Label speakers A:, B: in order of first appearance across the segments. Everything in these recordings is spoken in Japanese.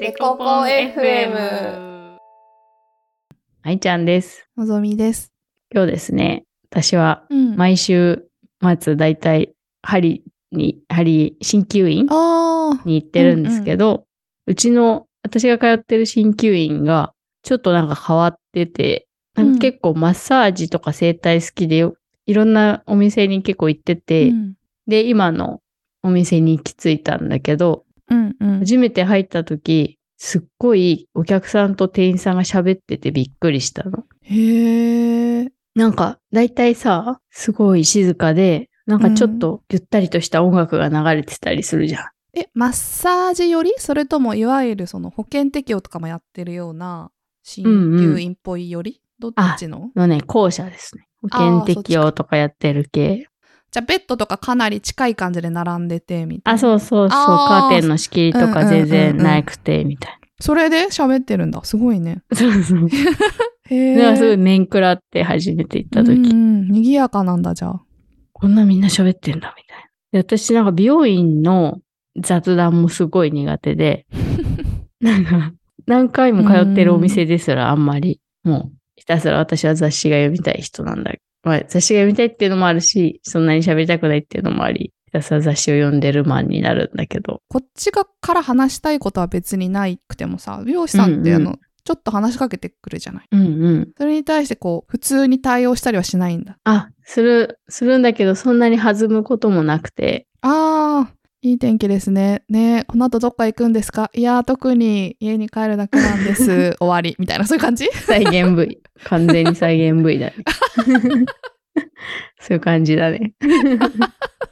A: デコポン FM。
B: 愛ちゃんです。
C: のぞみです。
B: 今日ですね、私は
C: うんあ
B: 毎週末だいたい針に、針、鍼灸院
C: あー。
B: に行ってるんですけど、うちの、私が通ってる鍼灸院が、ちょっとなんか変わってて、なんか結構マッサージとか整体好きでよ、いろんなお店に結構行ってて、
C: うん
B: で、今のお店に行き着いたんだけど、
C: うんうん。
B: 初めて入った時、すっごいお客さんと店員さんが喋っててびっくりしたの。
C: へえ。
B: なんか、だいたいさ、すごい静かで、なんかちょっとゆったりとした音楽が流れてたりするじゃん。
C: え、マッサージよりそれともいわゆるその保険適用とかもやってるような鍼灸院っぽいより、どっちの
B: のね、後者ですね。保険適用とかやってる系。
C: じゃあベッドとかかなり近い感じで並んでてみた
B: あ、
C: いな。
B: そうそうそう。
C: あ
B: カ
C: ー
B: ーテンの仕切りとか全然なくて、みたい
C: それで喋ってるんだ。すごいね。
B: な。 そうそう。
C: へ
B: だからすごい
C: え。
B: 面食らって初めて行った
C: うんう
B: 時、
C: ん、賑やかなんだじゃあ。
B: こんなみんな喋ってんだ、みたいな。で、私なんか美容院の雑談もすごい苦手で、なんか、何回も通ってるお店ですらあんまり、もう、ひたすら私は雑誌が読みたい人なんだ。まあ、雑誌が読みたいっていうのもあるし、そんなに喋りたくないっていうのもあり、ひたすら雑誌を読んでるマンになるんだけど、
C: こっちがから話したいことは別にないくてもさ、美容師さんって
B: う
C: あ
B: んう
C: の、
B: ん
C: ちょっと話しかけてくるじゃない。
B: うんうん。
C: それに対してこう、普通に対応したりはしないんだ。
B: あ、する、するんだけど、そんなに弾むこともなくて、
C: ああ、いい天気ですね。ねえこの後どっか行くんですかいやー、特に家に帰るだけなん です。終わり。みたいな、そういう感じ
B: 再現部 位。完全に再現部位だね。 そういう感じだね。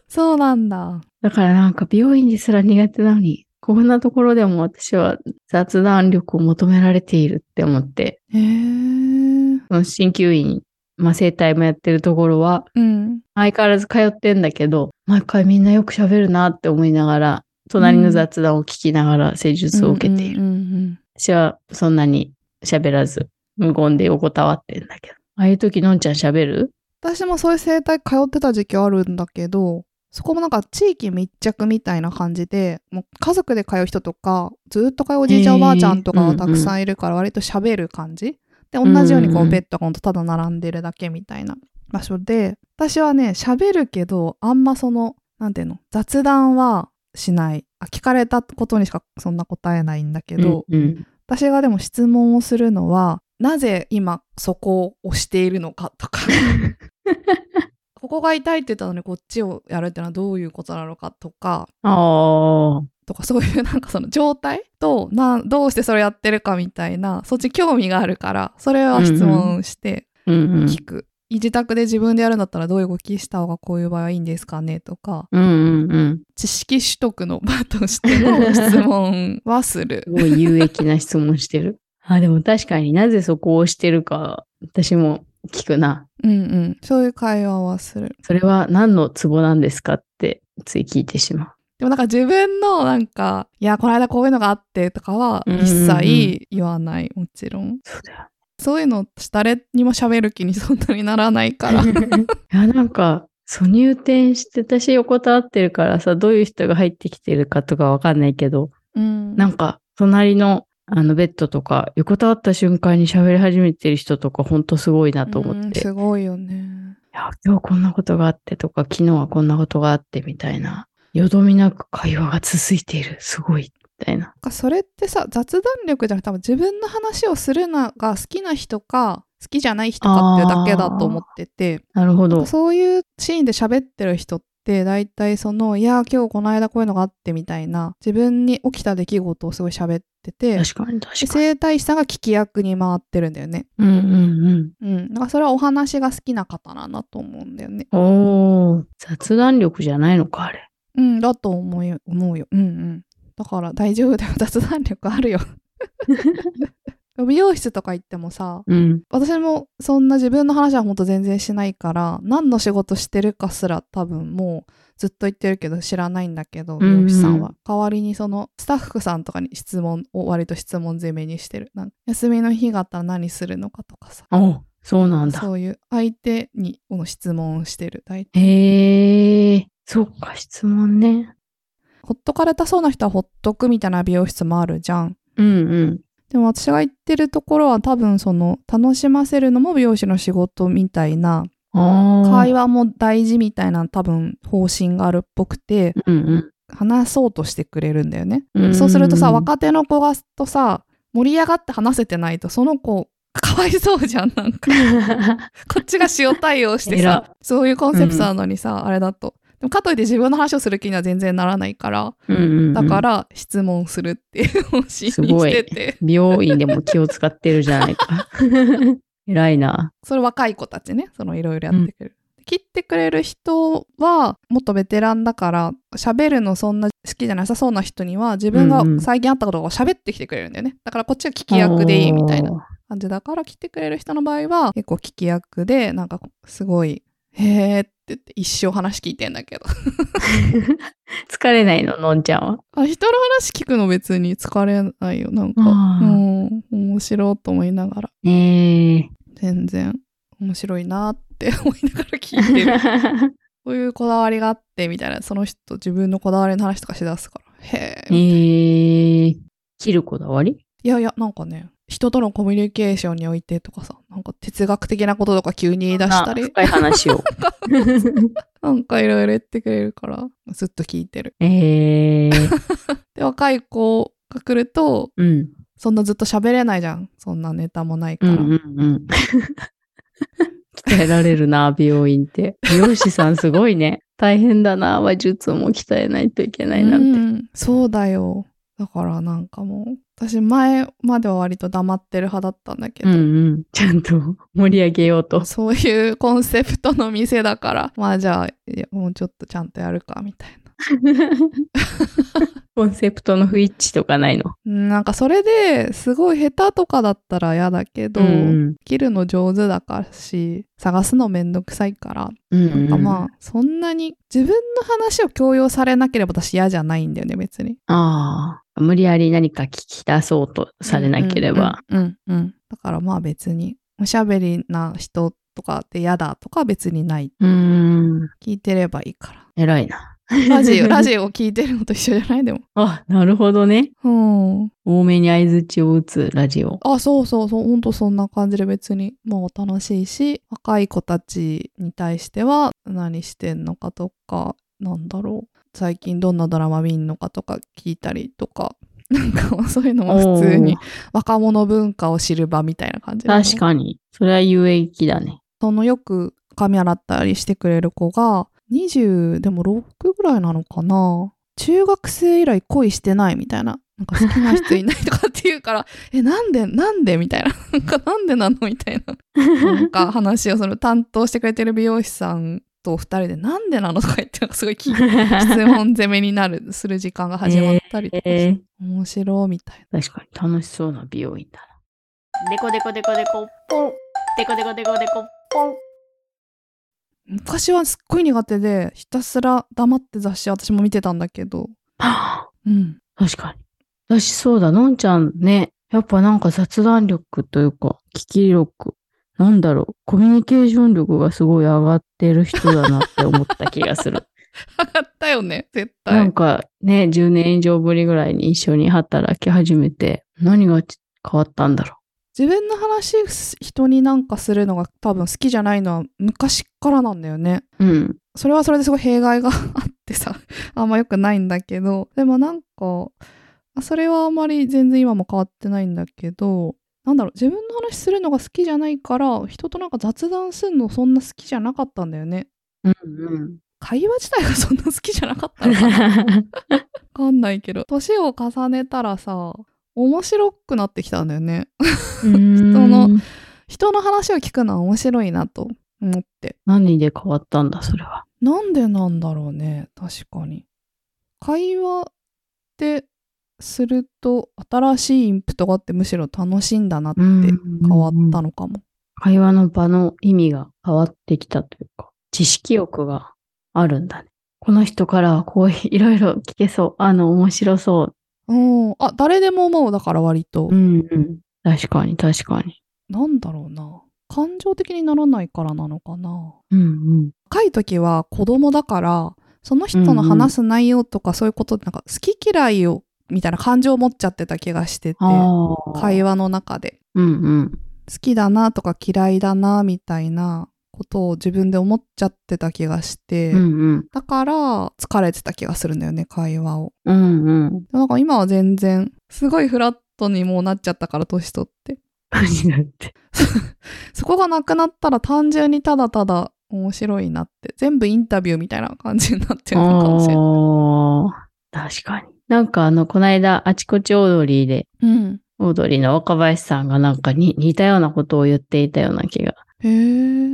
C: そうなんだ。
B: だからなんか美容院ですら苦手なのに、こんなところでも私は雑談力を求められているって思って、
C: へえ。うん。
B: その鍼灸院、まあ、整体もやってるところは、
C: うん
B: 相変わらず通ってんだけど、毎回みんなよく喋るなって思いながら、隣の雑談を聞きながら施術を受けている。
C: うんうん
B: 私はそんなに喋らず、無言で横たわってんだけど。ああいう時、のんちゃん喋る
C: 私もそういう生態通ってた時期あるんだけど、そこもなんか地域密着みたいな感じで、もう家族で通う人とか、ずっと通うおじいちゃん
B: へー
C: おばあちゃんとかはたく
B: う
C: さんいるから割と喋る感じ。で、同じように
B: うん
C: こ
B: うん
C: うベッドがほんとただ並んでるだけみたいな場所で、私はね、喋るけど、あんまその、なんていうの、雑談はしない。あ聞かれたことにしかそんな答えないんだけど、
B: うんうん、
C: 私がでも質問をするのは、なぜ今そこを押しているのか とか。ここが痛いって言ったのにこっちをやるってのはどういうことなのかとか、
B: ああ。
C: とかそういうなんかその状態とな、どうしてそれやってるかみたいな、そっち興味があるから、それは質問して
B: うんうん。
C: 聞く。自宅で自分でやるんだったらどういう動きした方がこういう場合はいいんですかねとか、
B: うんうんうん。
C: 知識取得の場としての質問はする
B: す。ごい有益な質問してる。 あ、でも確かになぜそこをしてるか、私も聞くな。
C: うんうん。そういう会話はする。
B: それは何のツボなんですかって、つい聞いてしまう。
C: でもなんか自分のなんか、いや、この間こういうのがあってとかは
B: うんうんうん
C: 一切言わない、もちろん。
B: そうだよ
C: そういうの誰にも喋る気にそんなにならないか ら。
B: いや、なんか、そう入店して、私横たわってるからさ、どういう人が入ってきてるかとかわかんないけど、
C: うん。
B: なんか、隣の、あの、ベッドとか、横たわった瞬間に喋り始めてる人とか、ほんとすごいなと思っ
C: うん
B: て、い
C: すごいよね。
B: や、今日こんなことがあってとか、昨日はこんなことがあってみたいな、よどみなく会話が続いている、すごい、みたいな。
C: なんかそれってさ、雑談力じゃなくて多分自分の話をするのが好きな人か、好きじゃない人かっていうだけだと思ってて。
B: なるほど。
C: そういうシーンで喋ってる人って大体その「いやー今日この間こういうのがあって」みたいな自分に起きた出来事をすごい喋ってて
B: 確かに、確かに。
C: 整体師さんが聞き役に回ってるんだよね。
B: うんうん
C: うん。だからそれはお話が好きな方なんだと思うんだよね。
B: うん。おー、雑談力じゃないのか、あれ。
C: うん、だと思うよ。思うよ。うんうん。だから大丈夫だよ。雑談力あるよ。 美容室とか行ってもさ、
B: うん。
C: 私もそんな自分の話はほんと全然しないから、何の仕事してるかすら多分もうずっと言ってるけど知らないんだけど、
B: うんうん
C: 美容師さんは。代わりにそのスタッフさんとかに質問を割と質問攻めにしてる。なんか休みの日があったら何するのかとかさ。
B: おそうなんだ。
C: そういう相手にこの質問をしてる。大体
B: へえ、そっか、質問ね。
C: ほっとかれたそうな人はほっとくみたいな美容室もあるじゃん。
B: うんうん。
C: でも私が行ってるところは多分その楽しませるのも美容師の仕事みたいな
B: ああ。
C: 会話も大事みたいな多分方針があるっぽくて
B: うん
C: 話そうとしてくれるんだよね。
B: うん。
C: そうするとさ
B: ん
C: 若手の子がとさ盛り上がって話せてないとその子かわいそうじゃんなんかこっちが塩対応して
B: 偉
C: さそういうコンセプトなのにさ、あれだと。でもかといって自分の話をする気には全然ならないから、
B: うんうんうん
C: だから質問するっていう方針に
B: すごい
C: してて、
B: 美容院でも気を使ってるじゃない か。偉いな。
C: それ若い子たちね、そのいろいろやってくれる。切ってくれる人はもっとベテランだから喋るのそんな好きじゃなさそうな人には自分が
B: うんうん
C: 最近あったことを喋ってきてくれるんだよねだからこっちは聞き役でいいみたいな感じだから来てくれる人の場合は結構聞き役でなんかすごい「へえ」って言って一生話聞いてんだけど
B: 疲れないの、のんちゃんは。
C: あ人の話聞くの別に疲れないよなんか
B: あー
C: うん面白いと思いながら
B: ねえ。
C: 全然面白いなって思いながら聞 いてるこういうこだわりがあってみたいなその人自分のこだわりの話とかしだすからへえ
B: えー、切るこだわり
C: いやいやなんかね人とのコミュニケーションにおいてとかさなんか哲学的なこととか急に言い出した
B: あ
C: り
B: 深い話を。
C: なんかいろいろ言ってくれるからずっと聞いてる
B: えー、
C: で若い子が来ると
B: うん。
C: そんなずっと喋れないじゃんそんなネタもないか
B: う
C: ら、
B: んうんうん。鍛えられるな、美容院って。美容師さんすごいね。大変だな、話術も鍛えないといけないなんて。
C: うんそうだよだからなんかもう私前までは割と黙ってる派だったんだけ
B: うん
C: ど、
B: うん。ちゃんと盛り上げようと。
C: そういうコンセプトの店だから まあじゃあいやもうちょっとちゃんとやるかみたいな
B: コンセプトの不一致とかないの。
C: うんなんかそれですごい下手とかだったら嫌だけど、
B: うん
C: 切るの上手だからし探すのめんどくさいから
B: うん。
C: なん
B: う
C: か
B: んうん
C: まあ、そんなに自分の話を強要されなければ私嫌じゃないんだよね別に。
B: ああ。無理やり何か聞き出そうとされなければ。
C: うんうんうん、うんうんだからまあ別におしゃべりな人とかって嫌だとかは別にない
B: うん、ん。
C: 聞いてればい いか
B: 偉いな。
C: らラジオラジオを聞いてるのと一緒じゃないでも
B: あ、なるほどね。
C: うん
B: 多めに相づちを打つラジオ。
C: あそうそうそうほんとそんな感じで別にもう楽しいし若い子たちに対しては何してんのかとかなんだろう最近どんなドラマ見んのかとか聞いたりとかなんかそういうのも普通に
B: おー
C: 若者文化を知る場みたいな感じだね
B: 確かに。それは有益だ ね。
C: そのよく髪洗ったりしてくれる子が20でも6ぐらいなのかな中学生以来恋してないみたいななんか好きな人いないとかって言うから えなんでなんでみたいななんかなんでなのみたいななんか話をその担当してくれてる美容師さんと2人でなんでなのとか言ってなんかすごい聞い質問攻めになるする時間が始まったりとかして、
B: えー
C: 面白いみたいな
B: 確かに楽しそうな美容院だな。
A: デコデコデコデコポン。デコデコデコデコポン。
C: 昔はすっごい苦手でひたすら黙って雑誌私も見てたんだけど
B: はあ
C: うん
B: 確かに。私そうだ、のんちゃんね。やっぱなんか雑談力というか、聞き力。なんだろう。コミュニケーション力がすごい上がってる人だなって思った気がする。
C: 上がったよね絶対
B: なんかね、10年以上ぶりぐらいに一緒に働き始めて、何がち変わったんだろ
C: 自分の話人になんかするのが多分好きじゃないのは昔からなんだよね
B: う。うん。
C: それはそれですごい弊害があってさ あんま良くないんだけどでもなんかあそれはあまり全然今も変わってないんだけどなんだろう自分の話するのが好きじゃないから人となんか雑談するのそんな好きじゃなかったんだよね
B: うん うん。
C: 会話自体がそんな好きじゃなかったのかなわかんないけど年を重ねたらさ面白くなってきたんだよね
B: 人
C: の人の話を聞くのは面白いなと思って
B: 何で変わったんだそれは。
C: なんでなんだろうね確かに会話ってすると新しいインプットがあってむしろ楽しいんだなって変わったのかも、
B: 会話の場の意味が変わってきたというか、知識欲があるんだね。この人からはこういろいろ聞けそう。あの、面白そ
C: うん、あ誰でも思うだから割と、
B: う。うんうん。確かに確かに。
C: なんだろうな感情的にならないからなのかな
B: うん
C: 若い時は子供だからその人の話す内容とかそういうことなんか好き嫌いをみたいな感情を持っちゃってた気がしてて、
B: ああ。
C: 会話の中で。
B: うんうん。
C: 好きだなとか嫌いだなみたいなことを自分で思っちゃってた気がして、
B: うんうん。
C: だから疲れてた気がするんだよね、会話を。
B: うん うん。
C: なんか今は全然、すごいフラットにもうなっちゃったから、年取って。
B: になって。
C: そこがなくなったら単純にただただ面白いなって、全部インタビューみたいな感じになってるのかもしれない。
B: あー確かに。なんかあの、この間、あちこちオードリーで、
C: うん。
B: オードリーの若林さんがなんかに似たようなことを言っていたような気が。
C: へえ。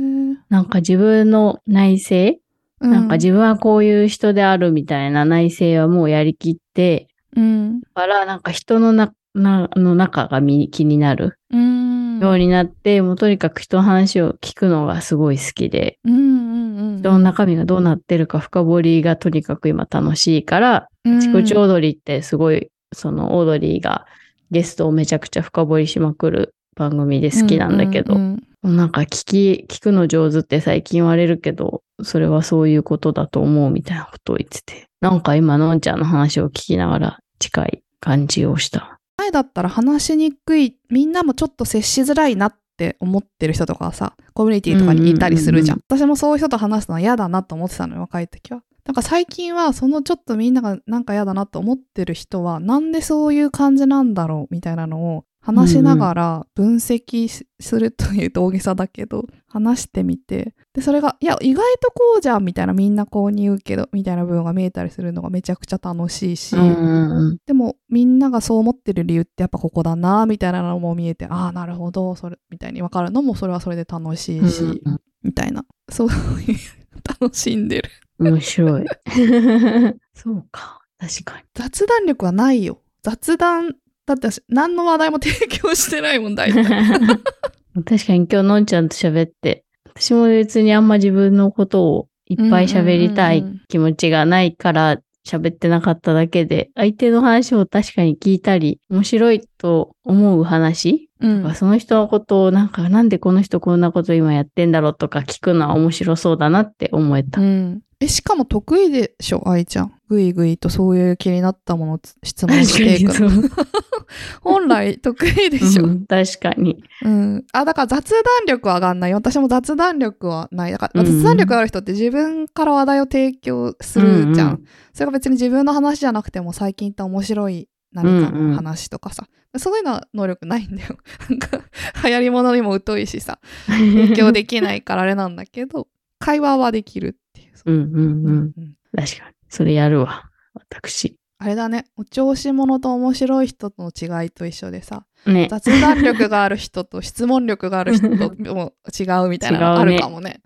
B: なんか自分の内政、なんか自分はこういう人であるみたいな内政はもうやりきって、
C: うん。
B: だからなんか人のな、な、の中がみ気になる
C: うん。
B: ようになって、もうとにかく人の話を聞くのがすごい好きで、
C: うんうんうん。
B: 人の中身がどうなってるか深掘りがとにかく今楽しいから、
C: うん、
B: チコチオードリーってすごい、そのオードリーがゲストをめちゃくちゃ深掘りしまくる番組で好きなんだけど、
C: うんうんうん
B: なんか聞き、聞くの上手って最近言われるけど、それはそういうことだと思うみたいなことを言ってて、なんか今のんちゃんの話を聞きながら近い感じをした。
C: 前だったら話しにくいみんなもちょっと接しづらいなって思ってる人とかはさコミュニティとかにいたりするじゃん,、
B: う
C: 私もそういう人と話すのは嫌だなと思ってたのよ若い時はなんか最近はそのちょっとみんながなんか嫌だなと思ってる人はなんでそういう感じなんだろうみたいなのを話しながら分析しするというと大げさだけど話してみてでそれがいや意外とこうじゃんみたいなみんなこうに言うけどみたいな部分が見えたりするのがめちゃくちゃ楽しいし、
B: うん。
C: でもみんながそう思ってる理由ってやっぱここだなみたいなのも見えてああなるほどそれみたいに分かるのもそれはそれで楽しいし、みたいなそう いう楽しんでる
B: 面白い。 そうか。確かに。
C: 雑談力はないよ雑談だって私何の話題も提供してない もん大体
B: 確かに今日のんちゃんと喋って、私も別にあんま自分のことをいっぱい喋りた
C: うんうんう
B: い
C: んうん
B: 気持ちがないから喋ってなかっただけで、相手の話を確かに聞いたり、面白いと思う話、
C: うん
B: その人のことをなんか、なんでこの人こんなこと今やってんだろうとか聞くのは面白そうだなって思えた。
C: うんえしかも得意でしょ愛ちゃんぐいぐいとそういう気になったものをつ質問していくの
B: そう
C: 本来得意でしょ、
B: うん確かに。
C: うん。あ、だから雑談力は上がんない。私も雑談力はない。だから、
B: うんうん
C: 雑談力ある人って自分から話題を提供するじゃん。
B: うんうん
C: それが別に自分の話じゃなくても最近行った面白い何かの話とかさ。そういうのは能力ないんだよ。 なんか、流行り物にも疎いしさ。
B: 勉
C: 勉強できないからあれなんだけど、 会話はできるっていう。
B: うんうんうん。
C: うん
B: 確かに。それやるわ。私。
C: あれだね。お調子者と面白い人との違いと一緒でさ。
B: ね。
C: 雑談力がある人と質問力がある人も違うみたいなのあるかもね。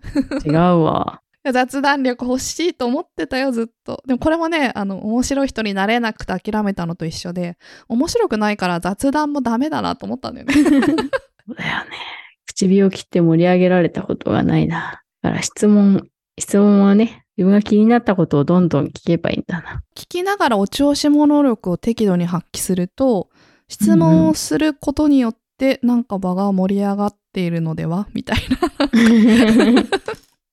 B: 違うわ。
C: いや雑談力欲しいと思ってたよずっとでもこれもねあの面白い人になれなくて諦めたのと一緒で面白くないから雑談もダメだなと思ったんだよ ね
B: そうだよね。唇を切って盛り上げられたことがないな。だから質問、質問をね、自分が気になったことをどんどん聞けばいいんだ な。
C: 聞きながらお調子者力を適度に発揮すると質問をすることによってなんか場が盛り上がっているのではみたい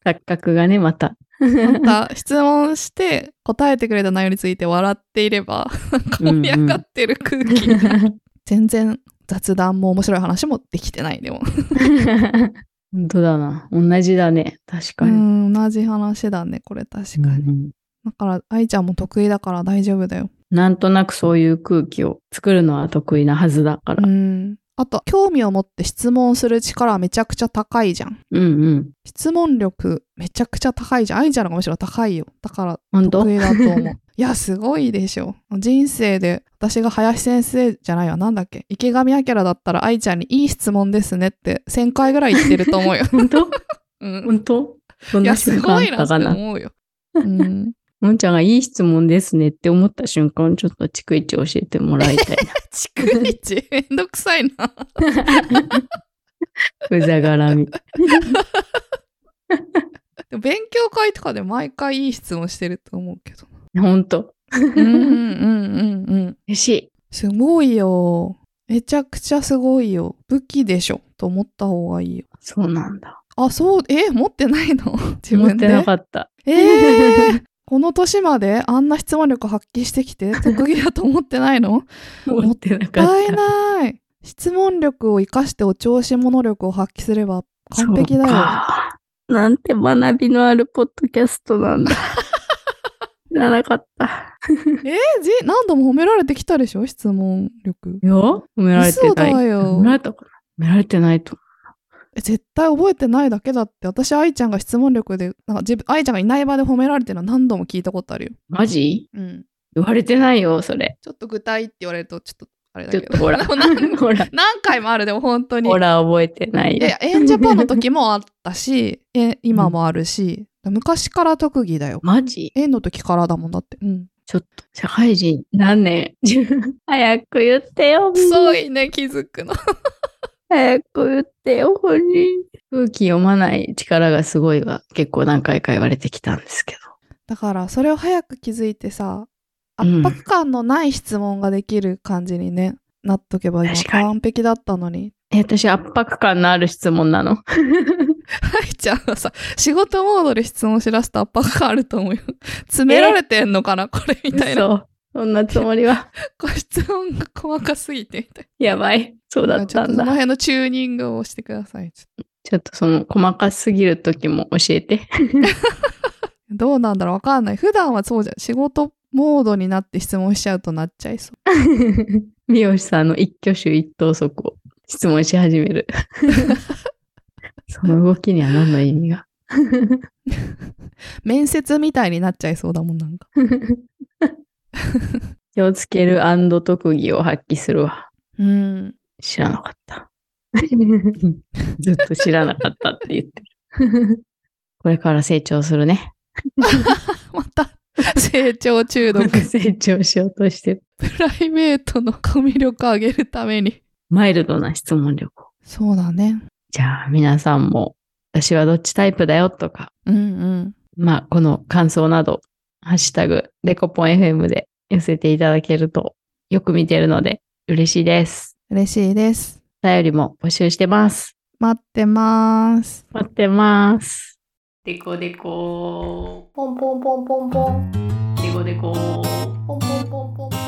B: 錯覚がね、ま た。
C: なまた質問して答えてくれた内容について笑っていればなんか盛り上がってる空気になる 全然雑談も面白い話もできてないでも
B: 本当だな。同じだね。確
C: う
B: かに。
C: ん同じ話だねこれ確かに。
B: うん
C: だから、愛ちゃんも得意だから大丈夫だよ。
B: なんとなくそういう空気を作るのは得意なはずだか
C: う
B: ら。
C: ん。あと、興味を持って質問する力はめちゃくちゃ高いじゃん。
B: うんうん。
C: 質問力めちゃくちゃ高いじゃん。愛ちゃんの方がむしろ高いよ。だから、
B: 本当。
C: 得意だと思 う。いや、すごいでしょ。人生で、私が林先生じゃないわ。なんだっけ。池上彰だったら愛ちゃんにいい質問ですねって1000回ぐらい言ってると思う よ
B: 本当
C: うん。
B: 本当どん
C: い
B: な
C: や、
B: 瞬
C: す
B: 間
C: ご
B: あっ
C: いな
B: た
C: って
B: かな。
C: 思うよ。うん。
B: のんちゃんがいい質問ですねって思った瞬間、ちょっと逐一教えてもらいたいな。
C: 逐一、 めんどくさいな。
B: うざがらみ。
C: でも勉強会とかで毎回いい質問してると思うけど。
B: ほんと。
C: うんうんうんうん。
B: 嬉しい。
C: すごいよ。めちゃくちゃすごいよ。武器でしょと思った方がいいよ。
B: そうなんだ。
C: あ、そう、え、持ってないの自
B: 持っ
C: 分で。
B: てなかった。
C: えー、この年まであんな質問力発揮してきて特技だと思ってな いの
B: 思ってなかっ
C: もったたい。ない。質問力を生かしてお調子者力を発揮すれば完璧だ
B: そう
C: よ。
B: かなんて学びのあるポッドキャストなんだ。 知らなかった。
C: えじ何度も褒められてきたでしょ質問力。
B: よ褒められてない。
C: 嘘だよ
B: 褒められたかな褒められてないと。
C: え絶対覚えてないだけだって私愛ちゃんが質問力でなんか自分愛ちゃんがいない場で褒められてるの何度も聞いたことあるよ。
B: マジ
C: うん。
B: 言われてないよ、それ。
C: ちょっと具体って言われるとちょっとあれだ
B: ちょ
C: け
B: っと
C: ど。
B: ほら。
C: でも何
B: ほら。
C: 何回もあるでも本当に。
B: ほら、覚えてない
C: い
B: よ
C: やい。や、エンジャパンの時もあったし、え今もあるし、昔から特技だよ。
B: マジ
C: 縁の時からだもんだって。うん。
B: ちょっと、社会人何年 早く言ってよ。みんな
C: 遅いね、気づくの。
B: 早く言ってよ、本人。空気読まない力がすごいわ。結構何回か言われてきたんですけ
C: だから、それを早く気づいて
B: う
C: さ、
B: ん
C: 圧迫感のない質問ができる感じにね、なっとけば今
B: 確かに
C: 完璧だったのに。
B: ど。え、私、圧迫感のある質問なの。
C: はい、ちゃんはさ、仕事モードで質問しらすと圧迫感あると思うよ。詰められてんのかなこれみたいな。
B: そう。そんなつもりは。
C: こう質問が細かすぎてみたい
B: やばい。そうだ
C: な。
B: っ
C: ちょ
B: た
C: っと
B: ん
C: その
B: だ。
C: 辺のチューニングをしてください。
B: ちょっとその、細かすぎる時も教え て。
C: どうなんだろうわかんない。普段はそうじゃん。仕事モードになって質問しちゃうとなっちゃいそう。
B: 美容師さんの一挙手一投足を質問し始める。その動きには何の意味 が。
C: 面接みたいになっちゃいそうだもん、なんか。
B: 気をつける特技を発揮するわ。
C: うん。
B: 知らなかった。 ずっと知らなかったって言ってる。 これから成長するね。
C: また、 成長中 毒。プ
B: 成長しようとしてる。
C: ライベートのコミュ力上げるために。
B: マイルドな質問力を。
C: そうだね。
B: じゃあ皆さんも、私はどっちタイプだよとか、
C: うんうん。
B: まあこの感想など、ハッシュタグ、レコポン FM で寄せていただけると、よく見てるので嬉しいです。
C: 嬉しいです。
B: お便りも募集してます。
C: 待ってます。
B: 待ってます。
A: デコデコポンポンポンポンポン
B: デコデコ
A: ポンポンポンポンポン